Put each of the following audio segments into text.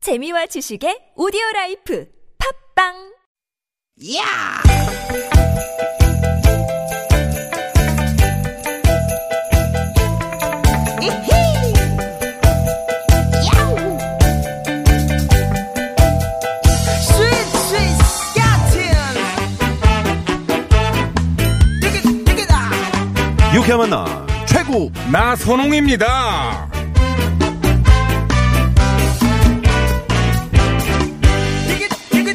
재미와 지식의 오디오 라이프 팝빵 야! 이히! 야우! 스윗, 스윗, 스캇틴! 디귿, 디귿아! 유쾌한 만남 최고 나 손홍입니다. 디귿, 디귿, 디귿, 디귿!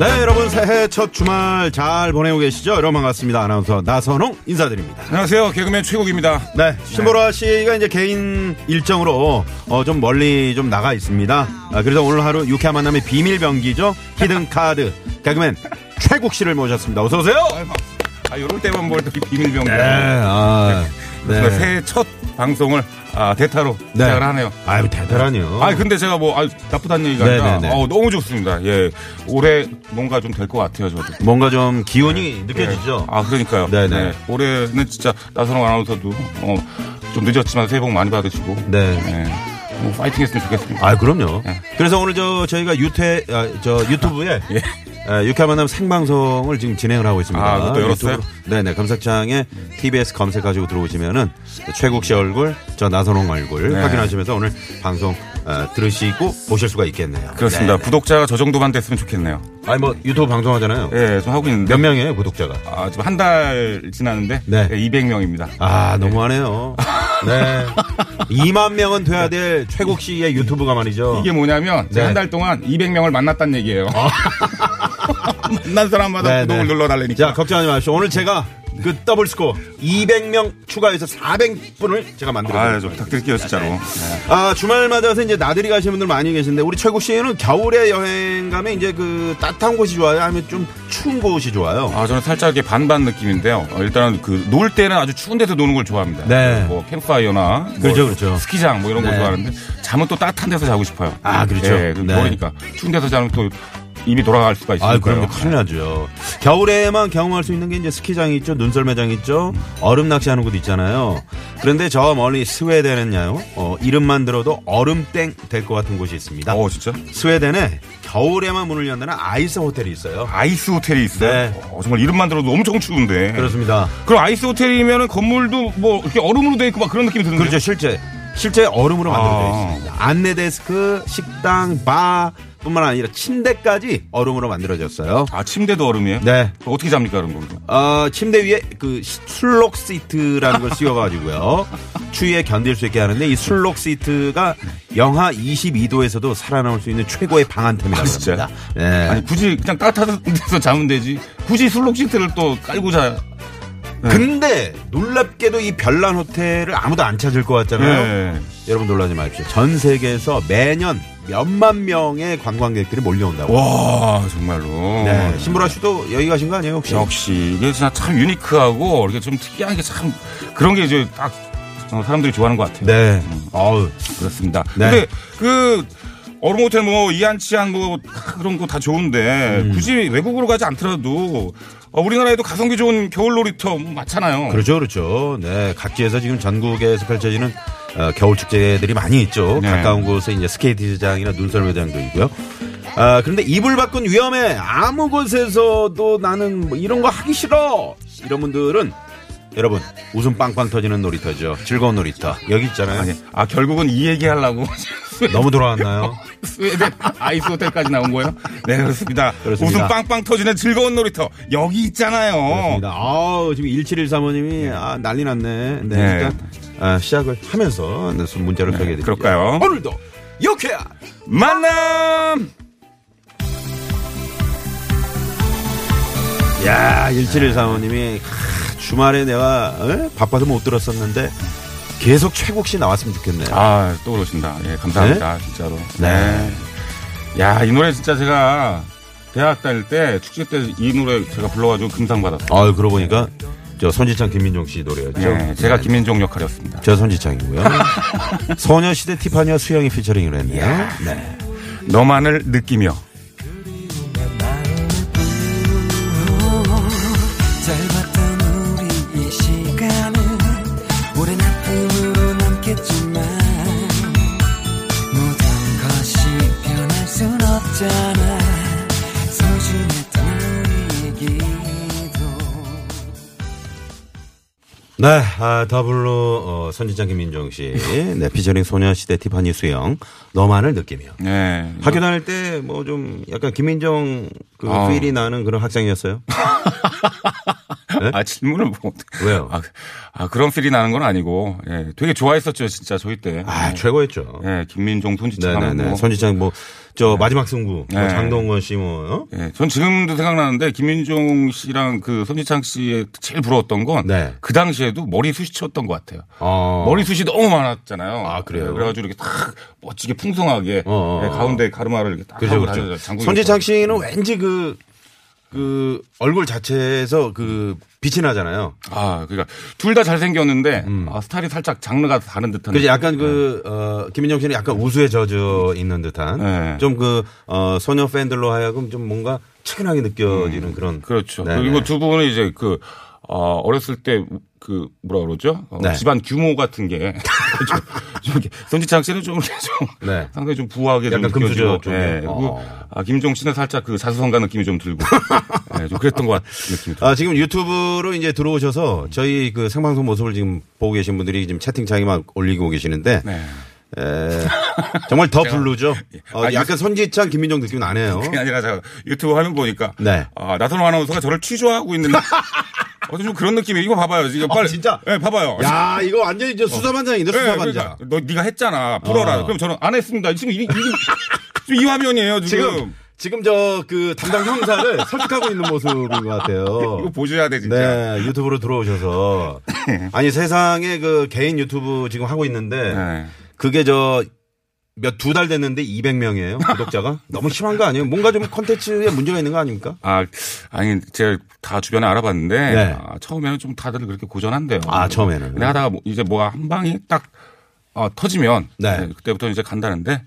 네 여러분 새해 첫 주말 잘 보내고 계시죠 여러분 반갑습니다 아나운서 나선홍 인사드립니다 안녕하세요. 개그맨 최국입니다. 네 신보라 씨가 이제 개인 일정으로 어, 좀 멀리 좀 나가 있습니다 아, 그래서 오늘 하루 유쾌한 만남의 비밀 병기죠 히든 카드 개그맨 최국 씨를 모셨습니다 어서 오세요 아, 요럴 때만 뭘또 비밀병기. 네, 아, 네. 네. 새해 첫 방송을 아, 대타로 네. 시작을 하네요. 아유 대단하니요 아 근데 제가 뭐 아, 나쁘다는 얘기가 네, 아니라 네, 네. 어, 너무 좋습니다. 예, 올해 뭔가 좀 될 것 같아요 저도. 뭔가 좀 기운이 느껴지죠 아 그러니까요. 네, 네. 예, 올해는 진짜 나선홍 아나운서도 어, 좀 늦었지만 새해 복 많이 받으시고. 네 예, 뭐 파이팅했으면 좋겠습니다. 아 그럼요. 네. 그래서 오늘 저 저희가 유태 아, 저 유튜브에 예, 유쾌한 만남 생방송을 지금 진행을 하고 있습니다. 아, 그것도 열었어요? 유튜브로. 네네 검색창에 TBS 검색가지고 들어오시면은 최국 씨 얼굴, 저 나선홍 얼굴 네. 확인하시면서 오늘 방송 어, 들으시고 보실 수가 있겠네요. 그렇습니다. 네네. 구독자가 저 정도만 됐으면 좋겠네요. 아니 뭐 유튜브 방송하잖아요. 예, 좀 하고 있는데. 몇 명이에요 구독자가? 아, 지금 한 달 지났는데 예, 네. 200명입니다. 아 너무하네요. 예. 네. 2만 명은 돼야 될 최국 씨의 유튜브가 말이죠. 이게 뭐냐면 네. 아. 한 달 동안 200명을 만났다는 얘기예요. 만난 사람마다 네, 구독을 네. 눌러달라니까. 자, 걱정하지 마십시오. 오늘 제가 그 더블 스코어 200명 추가해서 400분을 제가 아, 만들어요. 좀 부탁드릴게요, 진짜로. 네. 아, 주말마다서 이제 나들이 가시는 분들 많이 계신데 우리 최국 씨는 겨울에 여행 가면 이제 그 따뜻한 곳이 좋아요? 아니면 좀 추운 곳이 좋아요? 아, 저는 살짝 이게 반반 느낌인데요. 어, 일단은 그 놀 때는 아주 추운 데서 노는 걸 좋아합니다. 네. 뭐 캠파이어나 뭐 그렇죠, 그렇죠. 스키장 뭐 이런 걸 네. 좋아하는데 잠은 또 따뜻한 데서 자고 싶어요. 아, 그렇죠. 예, 그 네. 머리니까 추운 데서 자면 또 입이 돌아갈 수가 있으니까요. 아, 그럼요. 큰일 나죠. 겨울에만 경험할 수 있는 게 이제 스키장이 있죠. 눈썰매장 있죠. 얼음 낚시하는 곳 있잖아요. 그런데 저 멀리 스웨덴은요. 어, 이름만 들어도 얼음땡 될 것 같은 곳이 있습니다. 어, 진짜? 스웨덴에 겨울에만 문을 연다는 아이스 호텔이 있어요. 아이스 호텔이 있어요. 네. 그렇죠. 어, 정말 이름만 들어도 엄청 추운데. 그렇습니다. 그럼 아이스 호텔이면은 건물도 뭐 이렇게 얼음으로 돼 있고 막 그런 느낌이 드는데. 그렇죠. 실제 실제 얼음으로 만들어져 네. 아. 있습니다. 안내 데스크, 식당, 바뿐만 아니라 침대까지 얼음으로 만들어졌어요. 아 침대도 얼음이에요? 네. 그럼 어떻게 잡니까 그런 거? 어, 침대 위에 그 시- 술록 시트라는 걸 씌워가지고요. 추위에 견딜 수 있게 하는데 이 술록 시트가 영하 22도에서도 살아남을 수 있는 최고의 방한템이라고 아, 진짜요? 합니다. 네. 아니 굳이 그냥 따뜻한 데서 자면 되지. 굳이 술록 시트를 또 깔고 자. 네. 근데 놀랍게도 이 별난 호텔을 아무도 안 찾을 것 같잖아요. 네. 여러분 놀라지 마십시오. 전 세계에서 매년 몇만 명의 관광객들이 몰려온다고. 와 정말로. 네. 신보라 씨도 여기 가신 거 아니에요 혹시? 역시 이게 진짜 참 유니크하고 이렇게 좀 특이한 게 참 그런 게 이제 딱 어, 사람들이 좋아하는 것 같아요. 네. 어우. 그렇습니다. 네. 근데 그 얼음 호텔 뭐 이한치한 뭐 그런 거 다 좋은데 음. 굳이 외국으로 가지 않더라도 어, 우리나라에도 가성비 좋은 겨울 놀이터 뭐 많잖아요. 그렇죠, 그렇죠. 네. 각지에서 지금 전국에서 펼쳐지는 어, 겨울 축제들이 많이 있죠. 네. 가까운 곳에 이제 스케이트장이나 눈썰매장도 있고요. 아, 그런데 이불 밖은 위험해. 아무 곳에서도 나는 뭐 이런 거 하기 싫어. 이런 분들은 여러분 웃음 빵빵 터지는 놀이터죠. 즐거운 놀이터. 여기 있잖아요. 아니, 아 결국은 이 얘기 하려고 너무 돌아왔나요? 스웨덴 아이스 호텔까지 나온 거예요? 네 그렇습니다. 그렇습니다. 웃음 빵빵 터지는 즐거운 놀이터 여기 있잖아요. 그렇습니다. 아우, 지금 1713호님이 아, 난리 났네. 네. 네. 일단 아, 시작을 하면서 네, 문자를 소개해 드릴게요. 그럴까요? 오늘도 유쾌한 만남. 야, 1713호님이 주말에 내가 어? 바빠서 못 들었었는데 계속 최국 씨 나왔으면 좋겠네요. 아 또 그러신다. 예 감사합니다 진짜로. 네. 야 이 노래 진짜 제가 대학 다닐 때 축제 때 이 노래 제가 불러가지고 금상 받았어요. 아, 그러고 보니까 저 손지창 김민종 씨 노래였죠. 예, 제가 네. 김민종 역할이었습니다. 저 손지창이고요. 소녀시대 티파니와 수영이 피처링을 했네요. 네. 너만을 느끼며. 짧았던 우리 이 시간은 오랜 아픔으로 남겠지만 모든 것이 네, 아, 더블로 어, 선진장 김민정 씨, 네 피처링 소녀시대 티파니 수영, 너만을 느끼며. 네. 학교 다닐 때 뭐 좀 약간 김민정 그 아. 필이 나는 그런 학생이었어요. 아 질문을 뭐 왜요? 아, 아, 그런 필이 나는 건 아니고 예, 되게 좋아했었죠 진짜 저희 때. 아, 최고였죠. 예, 김민종 손지창 네네네. 하고. 선지장 뭐 저 마지막 승부 아, 네. 뭐 장동건 씨 뭐. 어? 예, 전 지금도 생각나는데 김민종 씨랑 그 손지창 씨의 제일 부러웠던 건 그 네. 당시에도 머리숱이 쳤던 것 같아요. 어. 머리숱이 너무 많았잖아요. 아, 그래요? 예, 그래가지고 이렇게 딱 멋지게 풍성하게 어, 어, 예, 어. 가운데 가르마를 이렇게 딱 그렇죠, 하고 그렇죠. 다녔어요. 장국이 선지창 오빠가. 씨는 왠지 그, 그 얼굴 자체에서 그 빛이 나잖아요. 아, 그러니까 둘 다 잘생겼는데 아, 스타일이 살짝 장르가 다른 음. 듯한. 그래서 약간 그, 어, 김민정 씨는 약간 우수에 젖어 있는 듯한 네. 좀 그, 어, 소녀 팬들로 하여금 좀 뭔가 측은하게 느껴지는 그런. 그렇죠. 네네. 그리고 두 분은 이제 그 어, 어렸을 때 그 뭐라 그러죠? 어, 네. 집안 규모 같은 게 좀, 좀 이렇게 손지창 씨는 좀, 이렇게 좀 네. 상당히 좀 부하게 좀 약간 금수저 느껴지고, 쪽에. 예. 그리고 어. 아, 김종 씨는 살짝 그 자수성가 느낌이 좀 들고 예, 좀 그랬던 것 같은 느낌이 들어요. 아, 지금 유튜브로 이제 들어오셔서 저희 그 생방송 모습을 지금 보고 계신 분들이 지금 채팅창에 막 올리고 계시는데 네. 에, 정말 더 블루죠. 어, 아, 약간 선지창 김민정 느낌 나네요. 그게 아니라 제가 유튜브 화면 보니까 네. 아, 나선호 아나운서가 저를 취조하고 있는 어떤 좀 그런 느낌이 에요 이거 봐봐요. 이거 빨리 아, 진짜? 예, 봐봐요. 야, 이거 완전히 이제 수사반장인데 예, 수사반장. 그러니까 너 네가 했잖아. 풀어라. 어. 그럼 저는 안 했습니다. 지금 이, 이, 지금 이 화면이에요. 지금. 지금 지금 저 그 담당 형사를 설득하고 있는 모습인 것 같아요. 이거 보셔야 돼 진짜. 네, 유튜브로 들어오셔서 아니 세상에 그 개인 유튜브 지금 하고 있는데 네. 그게 저 몇 두 달 됐는데 200명이에요 구독자가 너무 심한 거 아니에요? 뭔가 좀 컨텐츠에 문제가 있는 거 아닙니까? 아, 아니, 제가 다 주변에 알아봤는데, 네. 아, 처음에는 좀 다들 그렇게 고전한대요. 아, 처음에는. 근데 하다가 뭐 이제 뭐가 한 방이 딱, 어, 터지면, 네. 음. 예, 그때부터 이제 간다는데,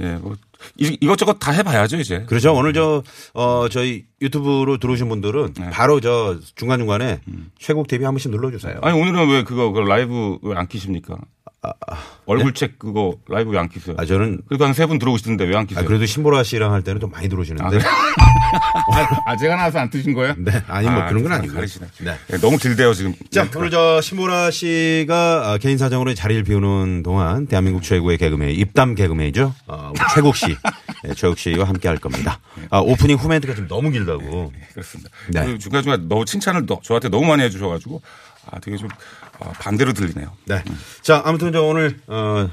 예, 뭐, 이, 이것저것 다 해봐야죠, 이제. 그렇죠. 오늘 저, 어, 저희 유튜브로 들어오신 분들은 네. 바로 저 중간중간에 최국 TV 한 번씩 눌러주세요. 음. 아니, 오늘은 왜 그거, 그 라이브 왜 안 키십니까? 얼굴책 그거 라이브 왜 안 키세요? 아, 저는 그래도 한 세 분 들어오시던데 왜 안 아, 키세요? 그래도 신보라 씨랑 할 때는 좀 많이 들어오시는데. 아, 그래요? 아, 아, 제가 나와서 안 뜨신 거예요? 네, 아니, 뭐 그런 건 아, 아니고요. 가르치네. 네. 예, 너무 길대요, 지금. 네, 자, 오늘 저 신보라 씨가 아, 개인 사정으로 자리를 비우는 동안 대한민국 최고의 개그맨, 입담 개그맨이죠. 어, 우리 최국 씨, 네, 최국 씨와 함께 할 겁니다. 네. 아, 오프닝 후멘트가 지금 너무 길다고. 그렇습니다. 네. 그 중간중간 너무 칭찬을 너- 저한테 너무 많이 해주셔가지고 아 되게 좀 아, 반대로 들리네요. 네. 자, 아무튼 저 오늘, 어,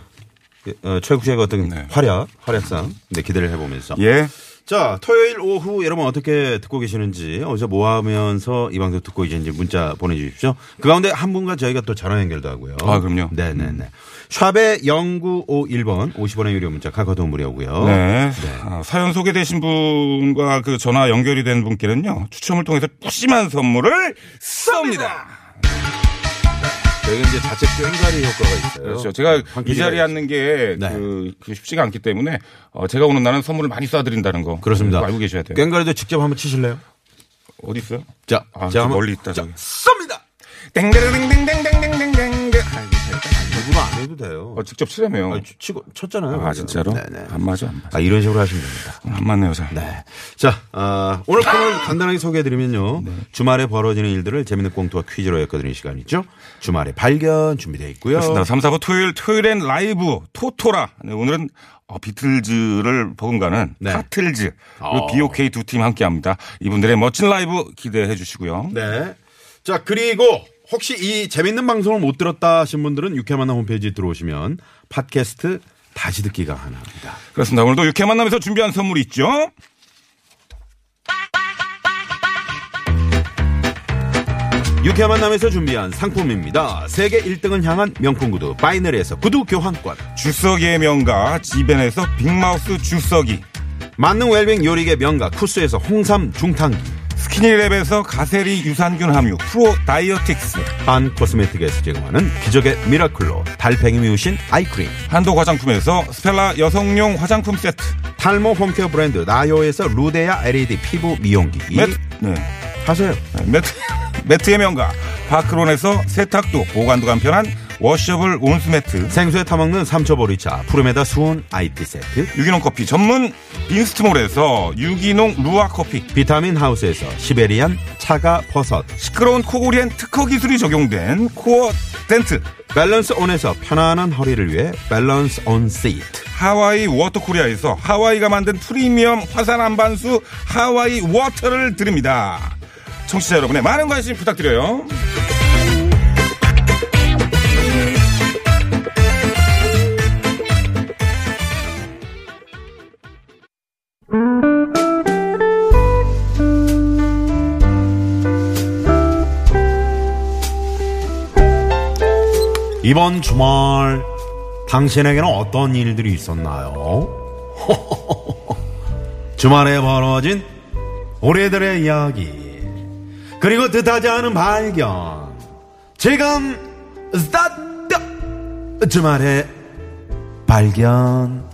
어, 최국 씨의 어떤 네. 활약, 활약상 네, 기대를 해보면서. 예. 자, 토요일 오후 여러분 어떻게 듣고 계시는지, 어디서 뭐 하면서 이 방송 듣고 계시는지 문자 보내주십시오. 그 가운데 한 분과 저희가 또 전화 연결도 하고요. 아, 그럼요. 네네네. 샵에 0951번 50원의 유료 문자 카카오톡 무료고요. 네. 아, 사연 소개되신 분과 그 전화 연결이 된 분께는요 추첨을 통해서 푸짐한 선물을 쏩니다. 저희가 이제 자체 꽹가리 효과가 있어요. 그렇죠. 제가 한 이 끼리가 자리에 앉는 게 네. 그, 그 쉽지가 않기 때문에 어, 제가 오는 날은 선물을 많이 쏴드린다는 거. 그렇습니다. 그거 알고 계셔야 돼요. 꽹가리도 직접 한번 치실래요? 어디 있어요? 자, 아, 제가 저 한번- 멀리 있다 자, 저기. 쏩니다! 땡땡땡땡땡땡땡땡땡. 누구가 안 해도 돼요. 어, 직접 치려며요. 아, 치고 쳤잖아요. 아 방금. 진짜로? 네네. 안 맞아 안 맞아. 아, 이런 식으로 하시면 됩니다. 안 맞네요 잘. 네. 자, 아, 오늘 코너를 간단하게 소개해드리면요. 네. 주말에 벌어지는 일들을 재밌는 꽁트와 퀴즈로 엮어드리는 시간이죠. 주말에 발견 준비되어 있고요. 그렇습니다. 3, 4부 토요일, 토요일엔 라이브, 토토라. 네, 오늘은 어, 비틀즈를 버금가는 네. 카틀즈, 어. 그리고 BOK 두 팀 함께 합니다. 이분들의 멋진 라이브 기대해 주시고요. 네. 자, 그리고 혹시 이 재밌는 방송을 못 들었다 하신 분들은 유쾌만남 홈페이지 들어오시면 팟캐스트 다시 듣기가 가능합니다. 그렇습니다. 오늘도 육회 만남에서 준비한 선물이 있죠? 유쾌만남에서 준비한 상품입니다. 세계 1등을 향한 명품 구두 바이너리에서 구두 교환권. 주석이의 명가, 지벤에서 빅마우스 주석이, 만능 웰빙 요리계 명가 쿠스에서 홍삼 중탕기. 스키니랩에서 가세리 유산균 함유, 프로 다이어틱스, 한 코스메틱에서 제공하는 기적의 미라클로 달팽이 뮤신 아이크림. 한도 화장품에서 스펠라 여성용 화장품 세트, 탈모 홈케어 브랜드 나요에서 루데아 LED 피부 미용기기 매트, 네, 하세요 네, 매트, 매트의 명가, 파크론에서 세탁도, 보관도 간편한 워셔블 온수 매트, 생수에 타먹는 삼초보리차 푸르메다 수온 아이피 세트 유기농 커피 전문 빈스트몰에서 유기농 루아 커피, 비타민 하우스에서 시베리안 차가 버섯 시끄러운 코골이엔 특허 기술이 적용된 코어 텐트, 밸런스 온에서 편안한 허리를 위해 밸런스 온 시트 하와이 워터 코리아에서 하와이가 만든 프리미엄 화산 안반수 하와이 워터를 드립니다. 청취자 여러분의 많은 관심 부탁드려요. 이번 주말 당신에게는 어떤 일들이 있었나요? 주말에 벌어진 우리들의 이야기 그리고 뜻하지 않은 발견 지금 스타트 주말에 발견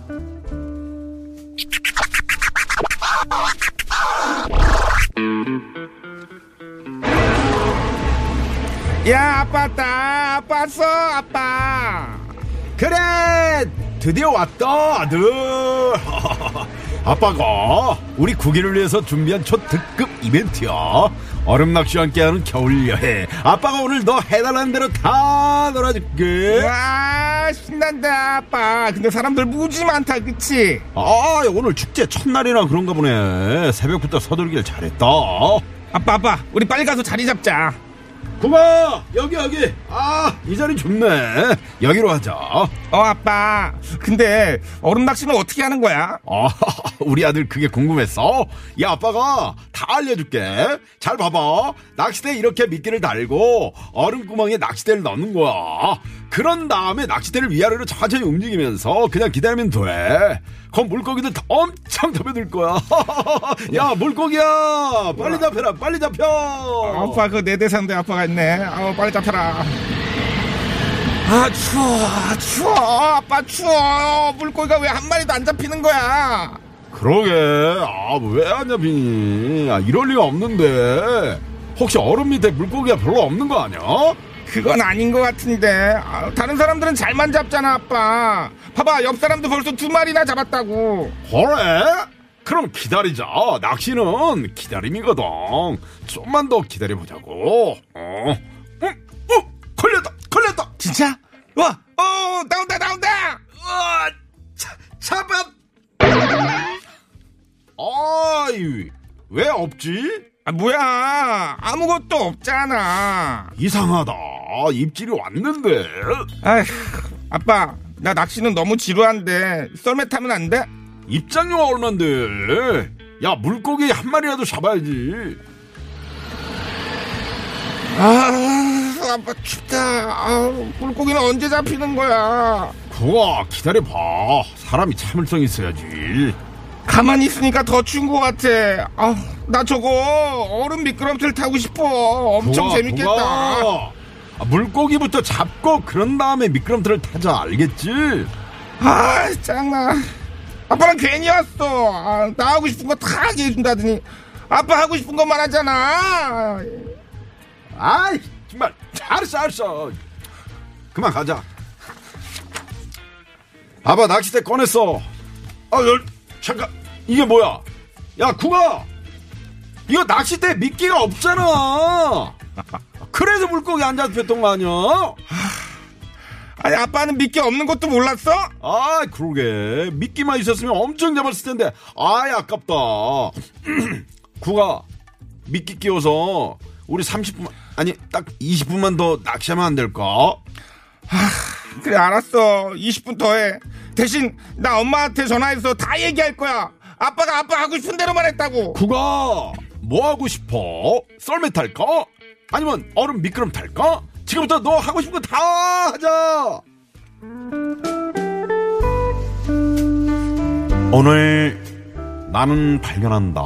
야 아빠 왔다 아빠 왔어 아빠 그래 드디어 왔다 아들 아빠가 우리 구기를 위해서 준비한 초특급 이벤트야 얼음 낚시와 함께하는 겨울여행 아빠가 오늘 너 해달라는 대로 다 놀아줄게 와 신난다 아빠 근데 사람들 무지 많다 그치 아 오늘 축제 첫날이라 그런가 보네 새벽부터 서둘길 잘했다 아빠 아빠 우리 빨리 가서 자리 잡자 구마 여기 여기 아 이 자리 좋네 여기로 하자 어 아빠 근데 얼음 낚시는 어떻게 하는 거야 아, 우리 아들 그게 궁금했어? 야, 아빠가 다 알려줄게. 잘 봐봐. 낚싯대에 이렇게 미끼를 달고 얼음구멍에 낚싯대를 넣는 거야. 그런 다음에 낚싯대를 위아래로 천천히 움직이면서 그냥 기다리면 돼. 그럼 물고기들 다 엄청 잡혀들 거야. 야, 물고기야! 빨리 잡혀라, 빨리 잡혀! 아빠 그거 내 대사인데 아빠가 있네 아 빨리 잡혀라 아 추워 아, 추워 아빠 추워 물고기가 왜 한 마리도 안 잡히는 거야 그러게. 아, 왜 안 잡히니? 아, 이럴 리가 없는데. 혹시 얼음 밑에 물고기가 별로 없는 거 아니야? 그건 아닌 것 같은데 아, 다른 사람들은 잘만 잡잖아 아빠 봐봐 옆 사람도 벌써 두 마리나 잡았다고 그래? 그럼 기다리자. 낚시는 기다림이거든. 좀만 더 기다려보자고. 어, 어, 어, 걸렸다, 걸렸다. 진짜? 와, 어, 나온다, 나온다! 아, 차, 잡았. 아이, 왜 없지? 아, 뭐야. 아무것도 없잖아. 이상하다. 입질이 왔는데. 아휴, 아빠, 나 낚시는 너무 지루한데, 썰매 타면 안 돼? 입장료가 얼만데. 야, 물고기 한 마리라도 잡아야지. 아, 아빠 춥다. 아, 물고기는 언제 잡히는 거야? 그거 기다려봐. 사람이 참을성 있어야지. 가만히 있으니까 더 추운 것 같아. 아, 나 저거 얼음 미끄럼틀 타고 싶어. 엄청 좋아, 재밌겠다. 좋아. 아, 물고기부터 잡고 그런 다음에 미끄럼틀을 타자 알겠지? 아, 짱나. 아빠랑 괜히 왔어. 아, 나 하고 싶은 거 다 얘기해 준다더니 아빠 하고 싶은 것만 하잖아. 아이 정말 알았어 알았어 그만 가자 봐봐 낚싯대 꺼냈어 아 열, 잠깐 이게 뭐야 야 구가 이거 낚싯대 미끼가 없잖아 그래서 물고기 안 잡혔던 거 아니야? 아니, 아빠는 믿기 없는 것도 몰랐어? 아, 그러게. 미끼만 있었으면 엄청 잡았을 텐데. 아이, 아깝다. 구가, 미끼 끼워서 우리 30분, 아니, 딱 20분만 더 낚시하면 안 될까? 그래, 알았어. 20분 더 해. 대신 나 엄마한테 전화해서 다 얘기할 거야. 아빠가 아빠 하고 싶은 대로만 했다고. 구가, 뭐 하고 싶어? 썰매 탈까? 아니면 얼음 미끄럼 탈까? 지금부터 너 하고 싶은 거 다 하자! 오늘 나는 발견한다.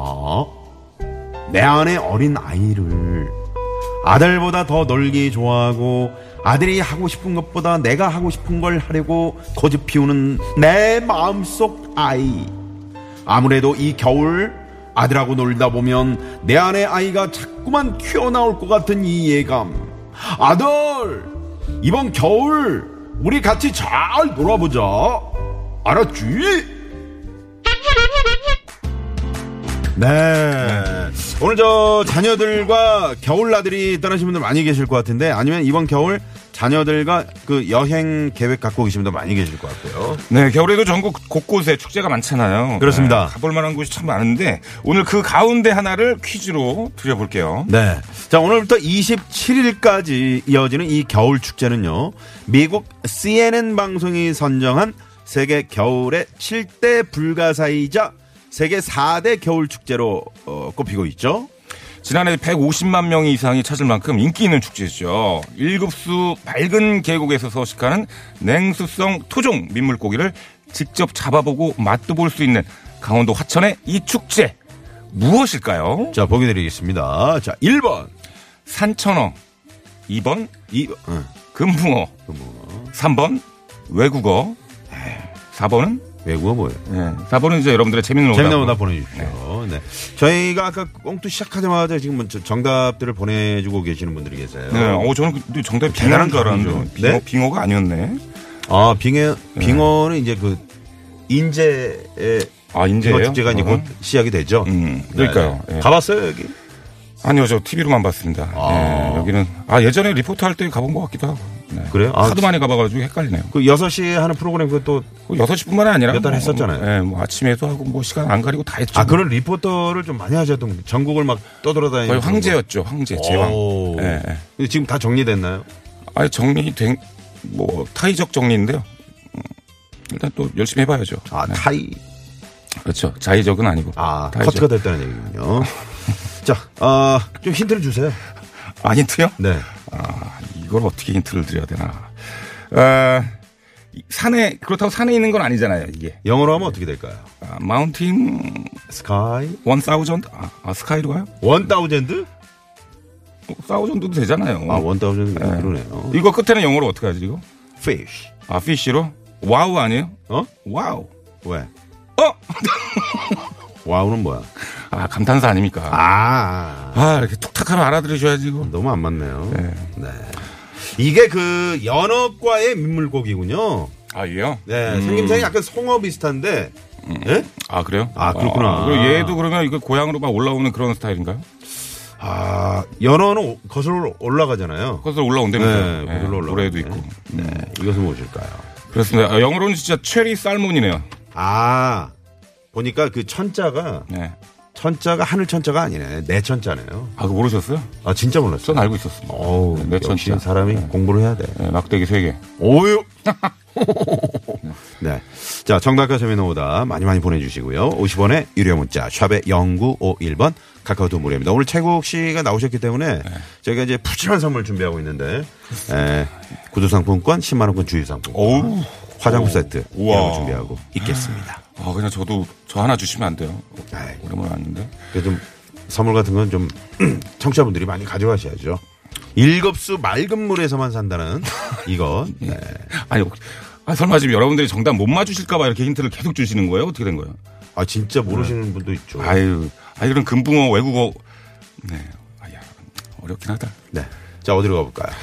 내 안에 어린 아이를 아들보다 더 놀기 좋아하고 아들이 하고 싶은 것보다 내가 하고 싶은 걸 하려고 고집 피우는 내 마음속 아이. 아무래도 이 겨울 아들하고 놀다 보면 내 안에 아이가 자꾸만 튀어나올 것 같은 이 예감. 아들! 이번 겨울 우리 같이 잘 놀아보자. 알았지? 네. 오늘 저 자녀들과 겨울나들이 떠나신 분들 많이 계실 것 같은데 아니면 이번 겨울 자녀들과 그 여행 계획 갖고 계신 분들 많이 계실 것 같고요. 네, 겨울에도 전국 곳곳에 축제가 많잖아요. 그렇습니다. 네, 가볼 만한 곳이 참 많은데 오늘 그 가운데 하나를 퀴즈로 드려볼게요. 네. 자, 오늘부터 27일까지 이어지는 이 겨울 축제는요. 미국 CNN 방송이 선정한 세계 겨울의 7대 불가사이자 세계 4대 겨울 축제로 어, 꼽히고 있죠. 지난해 150만 명 이상이 찾을 만큼 인기 있는 축제죠. 일급수 맑은 계곡에서 서식하는 냉수성 토종 민물고기를 직접 잡아보고 맛도 볼 수 있는 강원도 화천의 이 축제 무엇일까요? 자, 보기 드리겠습니다. 자, 1번. 산천어, 2번 2, 응. 금붕어, 3번 외국어, 네, 4번은 외국어 뭐예요? 예, 4번은 이제 여러분들의 재밌는 재밌는 오답 오답. 보내주십시오. 네. 저희가 아까 꽁투 시작하자마자 지금 먼저 정답들을 보내주고 계시는 분들이 계세요. 네, 어 저는 근데 정답이 대단한 빙어인 줄 알았는데 감이죠. 빙어, 네? 빙어가 아니었네. 아, 빙어, 빙어는 이제 그 인제의 아 빙어 인제예요? 축제가 이제 어. 곧 시작이 되죠. 네, 음, 그러니까요. 예. 가봤어요 여기? 아니요, 저 TV로만 봤습니다. 아. 예, 여기는 아 예전에 리포터 할 때 가본 것 같기도 하고. 네. 그래요? 아, 하도 많이 가봐가지고 헷갈리네요. 그 6시에 하는 프로그램 그것도 그 6시뿐만 아니라 몇달 했었잖아요. 뭐, 예, 뭐 아침에도 하고 뭐 시간 안 가리고 다 했죠. 아 그런 리포터를 좀 많이 하셨던 분 전국을 막 떠돌아다니는 거의 그런 황제였죠, 황제, 거. 제왕. 오. 예, 예. 근데 지금 다 정리됐나요? 아니 정리된 뭐 타이적 정리인데요. 음, 일단 또 열심히 해봐야죠. 아 네, 타이 그렇죠. 자의적은 아니고. 아 타이적. 커트가 됐다는 얘기군요. 자, 아, 좀 힌트를 주세요. 아 힌트요? 네. 아, 이걸 어떻게 힌트를 드려야 되나. 아, 이 산에 그렇다고 산에 있는 건 아니잖아요. 이게 영어로 하면 어떻게 될까요? 아, 마운틴 스카이 원사우전드 아, 아, 스카이로 가요? 어, 원 다우젠드? 사우전드도 되잖아요. 아, 원 다우젠드 네. 그러네요. 이거 끝에는 영어로 어떻게 하지 이거? fish. 아 피쉬로? 와우 아니에요? 어? 와우. 왜? 어? 와우는 뭐야? 아 감탄사 아닙니까? 아, 아 이렇게 툭탁하면 알아들으셔야지 이거. 너무 안 맞네요. 네. 네. 이게 그 연어과의 민물고기군요. 아 얘요? 네, 생김새는 약간 송어 비슷한데, 예? 아 그래요? 아, 그렇구나. 그리고 얘도 그러면 이거 고향으로 막 올라오는 그런 스타일인가요? 아 연어는 오- 거슬러 올라가잖아요. 그것을 올라온다면서요? 네, 거슬러 올라가네. 노래도 있고. 음. 네, 이것은 무엇일까요? 그렇습니다. 아, 영어로는 진짜 체리 살몬이네요. 아 보니까 그 천자가 네. 천자가 하늘 천자가 아니네, 내 천자네요. 아 그거 모르셨어요? 아 진짜 몰랐어. 전 알고 있었습니다. 어우, 네, 내 역시 천자. 사람이 공부를 해야 돼. 네, 막대기 세 개. 오유. 네. 자, 정답과 재미있는 오다 많이 많이 보내주시고요. 50원의 유료 문자, 샵의 0951번 카카오톡 무료입니다. 오늘 최국 씨가 나오셨기 때문에 네. 저희가 이제 푸짐한 선물 준비하고 있는데, 에, 구두상품권, 10만원권 주유상품, 어우. 화장품 세트 우와. 이런 거 준비하고 있겠습니다. 아 그냥 저도 저 하나 주시면 안 돼요. 아이. 오랜만에 왔는데. 그래서 좀 선물 같은 건 좀 청취자분들이 많이 가져가셔야죠. 일급수 맑은 물에서만 산다는 이거. 네. 아니 혹- 아, 설마 지금 여러분들이 정답 못 맞추실까봐 이렇게 힌트를 계속 주시는 거예요? 어떻게 된 거예요? 아, 진짜 모르시는 분도 있죠. 네. 아유, 아 이런 금붕어 외국어. 네, 아야 어렵긴 하다. 네. 자, 어디로 가볼까요?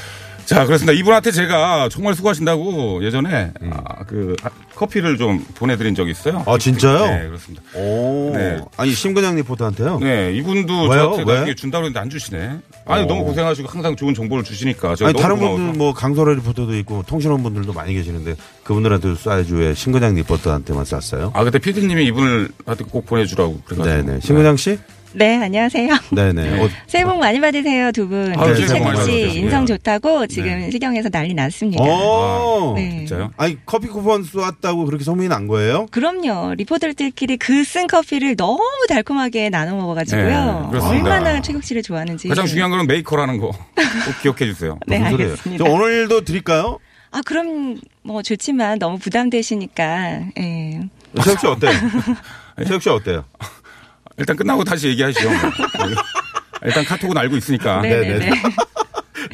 자, 그렇습니다. 이분한테 제가 정말 수고하신다고 예전에 아, 그 아, 커피를 좀 보내드린 적이 있어요. 음. 아, 진짜요? 네, 그렇습니다. 오. 네. 아니, 심근양 리포터한테요? 네, 이분도 왜요? 저한테 왜? 나중에 준다고 했는데 안 주시네. 아니 오. 너무 고생하시고 항상 좋은 정보를 주시니까 제가 아니, 너무 다른 고마워서. 분들, 뭐, 강설아 리포터도 있고, 통신원 분들도 많이 계시는데, 그분들한테 쏴야지 왜 심근양 리포터한테만 쐈어요? 아 그때 피디님이 이분을 한테 꼭 보내주라고 그래가지고. 네네. 심근양 씨? 네, 안녕하세요. 네네. 어, 새해 복 많이 받으세요, 두 분. 아유, 새해 복 많이 최국 씨 받으세요. 예. 네. 인성 좋다고 지금 시경에서 난리 났습니다. 어. 네. 진짜요? 아니, 커피 쿠폰 쏘았다고 그렇게 소문이 난 거예요? 그럼요. 리포터들끼리 그 쓴 커피를 너무 달콤하게 나눠 네, 먹어가지고요. 그렇습니다. 얼마나 최국 씨를 좋아하는지. 가장 중요한 거는 메이커라는 거 꼭 기억해 주세요. 네, 무슨 소리예요? 알겠습니다. 저 오늘도 드릴까요? 아, 그럼 뭐 좋지만 너무 부담되시니까. 예. 세혁 씨 어때요? 세혁 씨 어때요? 일단 끝나고 다시 얘기하시죠. 뭐. 네. 일단 카톡은 알고 있으니까. 네, 네, 네. 네.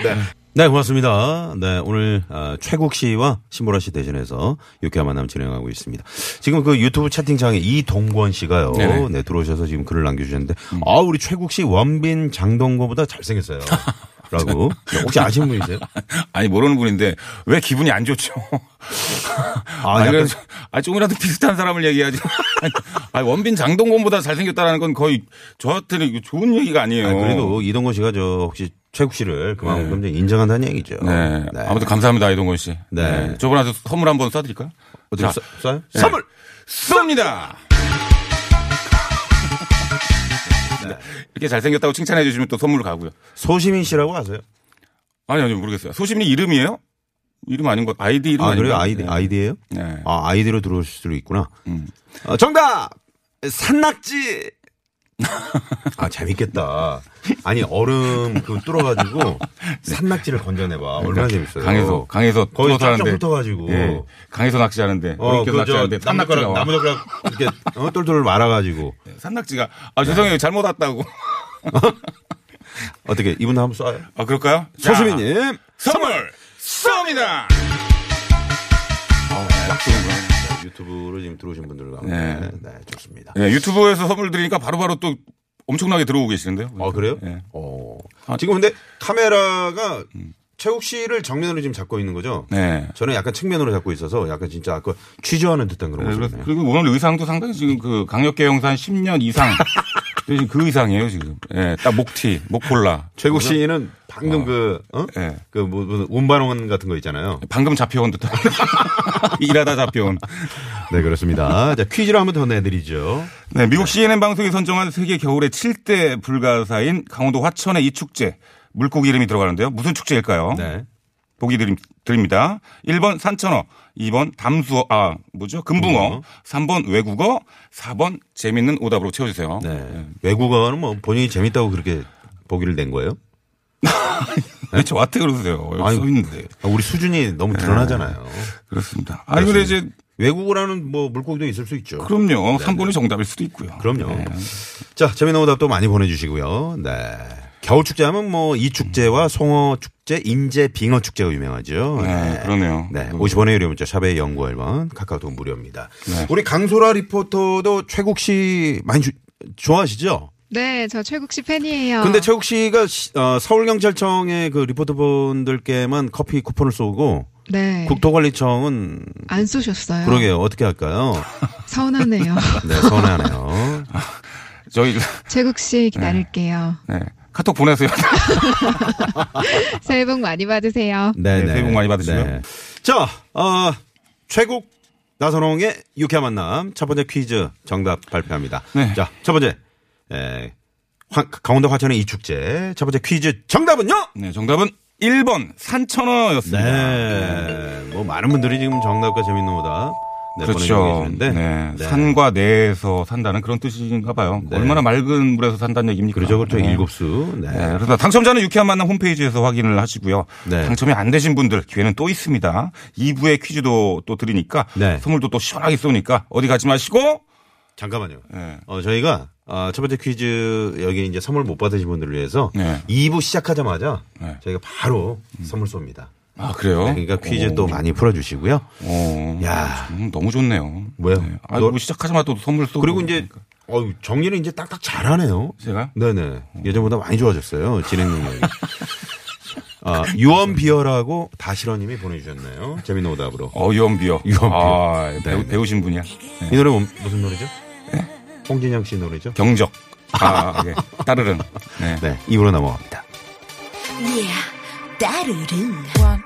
네. 네, 고맙습니다. 네, 오늘 아, 최국 씨와 신보라 씨 대신해서 유쾌한 만남 진행하고 있습니다. 지금 그 유튜브 채팅창에 이동권 씨가요. 네네. 네, 들어오셔서 지금 글을 남겨주셨는데, 아, 우리 최국 씨 원빈 장동건보다 잘생겼어요. 라고. 혹시 아시는 분이세요? 아니 모르는 분인데 왜 기분이 안 좋죠? 아, 아니, 약간- 그래서, 아, 조금이라도 비슷한 사람을 얘기하지. 아니, 원빈 장동건보다 잘생겼다라는 건 거의 저한테는 이거 좋은 얘기가 아니에요. 아니, 그래도 이동건 씨가 저 혹시 최국 씨를 그만큼 좀 인정한다는 얘기죠. 네. 아무튼 감사합니다, 이동건 씨. 네. 저분한테 선물 한번 쏴드릴까요? 어떻게 자, 써- 써요? 네. 선물! 쏩니다! 네. 이렇게 잘생겼다고 칭찬해 주시면 또 선물 가고요. 소시민 씨라고 아세요? 아니, 아니, 모르겠어요. 소심이 이름이에요? 이름 아닌 것, 아이디 이름 아, 닌가 그래요? 아이디, 아이디예요 네. 음. 아, 아이디로 들어오실 수도 있구나. 어, 정답! 산낙지! 아, 재밌겠다. 아니, 얼음 그 뚫어가지고 산낙지를 건져내봐. 얼마나 재밌어요. 네. 그러니까 강에서, 강에서 거의 쫙쫙 하는데. 붙어가지고. 예. 강에서 낚시하는데. 어, 어렵게 그저 낚시하는데. 산낙지가 나무젓가락, 와. 나무젓가락 이렇게 어, 똘똘 말아가지고. 산낙지가. 아, 죄송해요. 잘못 왔다고. 어떻게, 이분 한번 쏴요? 아, 그럴까요? 자, 소시민님. 선물 쏩니다! 네, 유튜브로 지금 들어오신 분들 가운데. 네. 네. 좋습니다. 네, 유튜브에서 선물 드리니까 바로바로 또 엄청나게 들어오고 계시는데요. 아, 그래요? 예. 어. 아, 음. 지금 근데 카메라가 최욱 씨를 정면으로 지금 잡고 있는 거죠? 네. 저는 약간 측면으로 잡고 있어서 약간 진짜 아까 취조하는 듯한 그런 네, 모습이네요. 그래서- 그리고 오늘 의상도 상당히 지금 그 강력계 형사 한 10년 이상. 지금 그 의상이에요, 지금. 예, 딱 목티, 목폴라. 최국 씨는 방금 그, 어? 예. 그, 뭐, 뭐, 운반원 같은 거 있잖아요. 방금 잡혀온 듯한. 일하다 잡혀온. 네, 그렇습니다. 자, 퀴즈를 한번 더 내드리죠. 네, 미국 CNN 방송이 선정한 세계 겨울의 7대 불가사인 강원도 화천의 이 축제. 물고기 이름이 들어가는데요. 무슨 축제일까요? 네. 보기 드림- 드립니다. 1번 산천어, 2번 담수어, 아, 뭐죠? 금붕어, 3번 외국어, 4번 재밌는 오답으로 채워주세요. 네. 외국어는 뭐 본인이 재밌다고 그렇게 보기를 낸 거예요? 왜 저한테 그러세요? 여기 아유. 써 있는데. 아, 우리 수준이 너무 네. 드러나잖아요. 그렇습니다. 아니, 근데 이제 외국어라는 뭐 물고기도 있을 수 있죠. 그렇죠. 그럼요. 3번이 정답일 수도 있고요. 네, 그럼요. 자, 재미난 오답도 많이 보내주시고요. 네. 겨울 축제 하면 뭐 이 축제와 송어 축제, 인제 빙어 축제가 유명하죠. 네, 그러네요. 네. 그- 50원의 유료 문자 샵의 연구 1번 카카오톡 무료입니다. 네. 우리 강소라 리포터도 최국 씨 많이 주- 좋아하시죠? 네, 저 최국 씨 팬이에요. 근데 최국 씨가 시- 어, 서울경찰청의 그 리포터분들께만 커피 쿠폰을 쏘고 네, 아. 국토관리청은 안 쏘셨어요. 그러게요. 어떻게 할까요? 서운하네요. 네, 서운하네요. 저희, 최국 씨 기다릴게요. 네. 카톡 보내세요. 새해 복 많이 받으세요. 네, 네, 새해 복 많이 받으시고요. 자, 어, 최국 나선홍의 유쾌한 만남 첫 번째 퀴즈 정답 발표합니다. 네. 자, 첫 번째 에, 화- 강원도 화천의 이 축제 첫 번째 퀴즈 정답은요? 네, 정답은 1번 산천어였습니다. 네, 뭐 많은 분들이 지금 정답과 재밌는 오답 네, 보내주고 그렇죠. 계시는데 네. 산과 내에서 산다는 그런 뜻인가 봐요. 얼마나 맑은 물에서 산다는 얘기입니까? 네. 그렇죠, 그렇죠. 네. 일곱 수. 네. 네, 그래서 당첨자는 유쾌한 만남 홈페이지에서 확인을 하시고요. 네. 당첨이 안 되신 분들 기회는 또 있습니다. 2부에 퀴즈도 또 드리니까 네. 선물도 또 시원하게 쏘니까 어디 가지 마시고 잠깐만요. 네. 어, 저희가 아, 첫 번째 퀴즈 여기 이제 선물 못 받으신 분들을 위해서 네. 2부 시작하자마자 네. 음. 저희가 바로 선물 쏩니다. 아 그래요? 네, 그러니까 퀴즈 또 많이 풀어주시고요. 오, 야. 음, 너무 좋네요. 뭐요? 아, 너- 뭐 시작하자마자 또 선물 쏘고 그러니까. 그리고 이제 음. 어유 정리를 이제 딱딱 잘하네요. 제가 네네 예전보다 많이 좋아졌어요 진행 능력이. 아 유언 비어라고 다시러님이 보내주셨네요. 재밌는 오답으로 어이언비어 유언비어. 아, 배우, 네. 배우신 분이야. 이 노래 뭔- 무슨 노래죠? 홍진영 씨 노래죠? 경적. 아, 예. 따르릉. 네. 네 입으로 넘어갑니다. 따르릉 One, 네네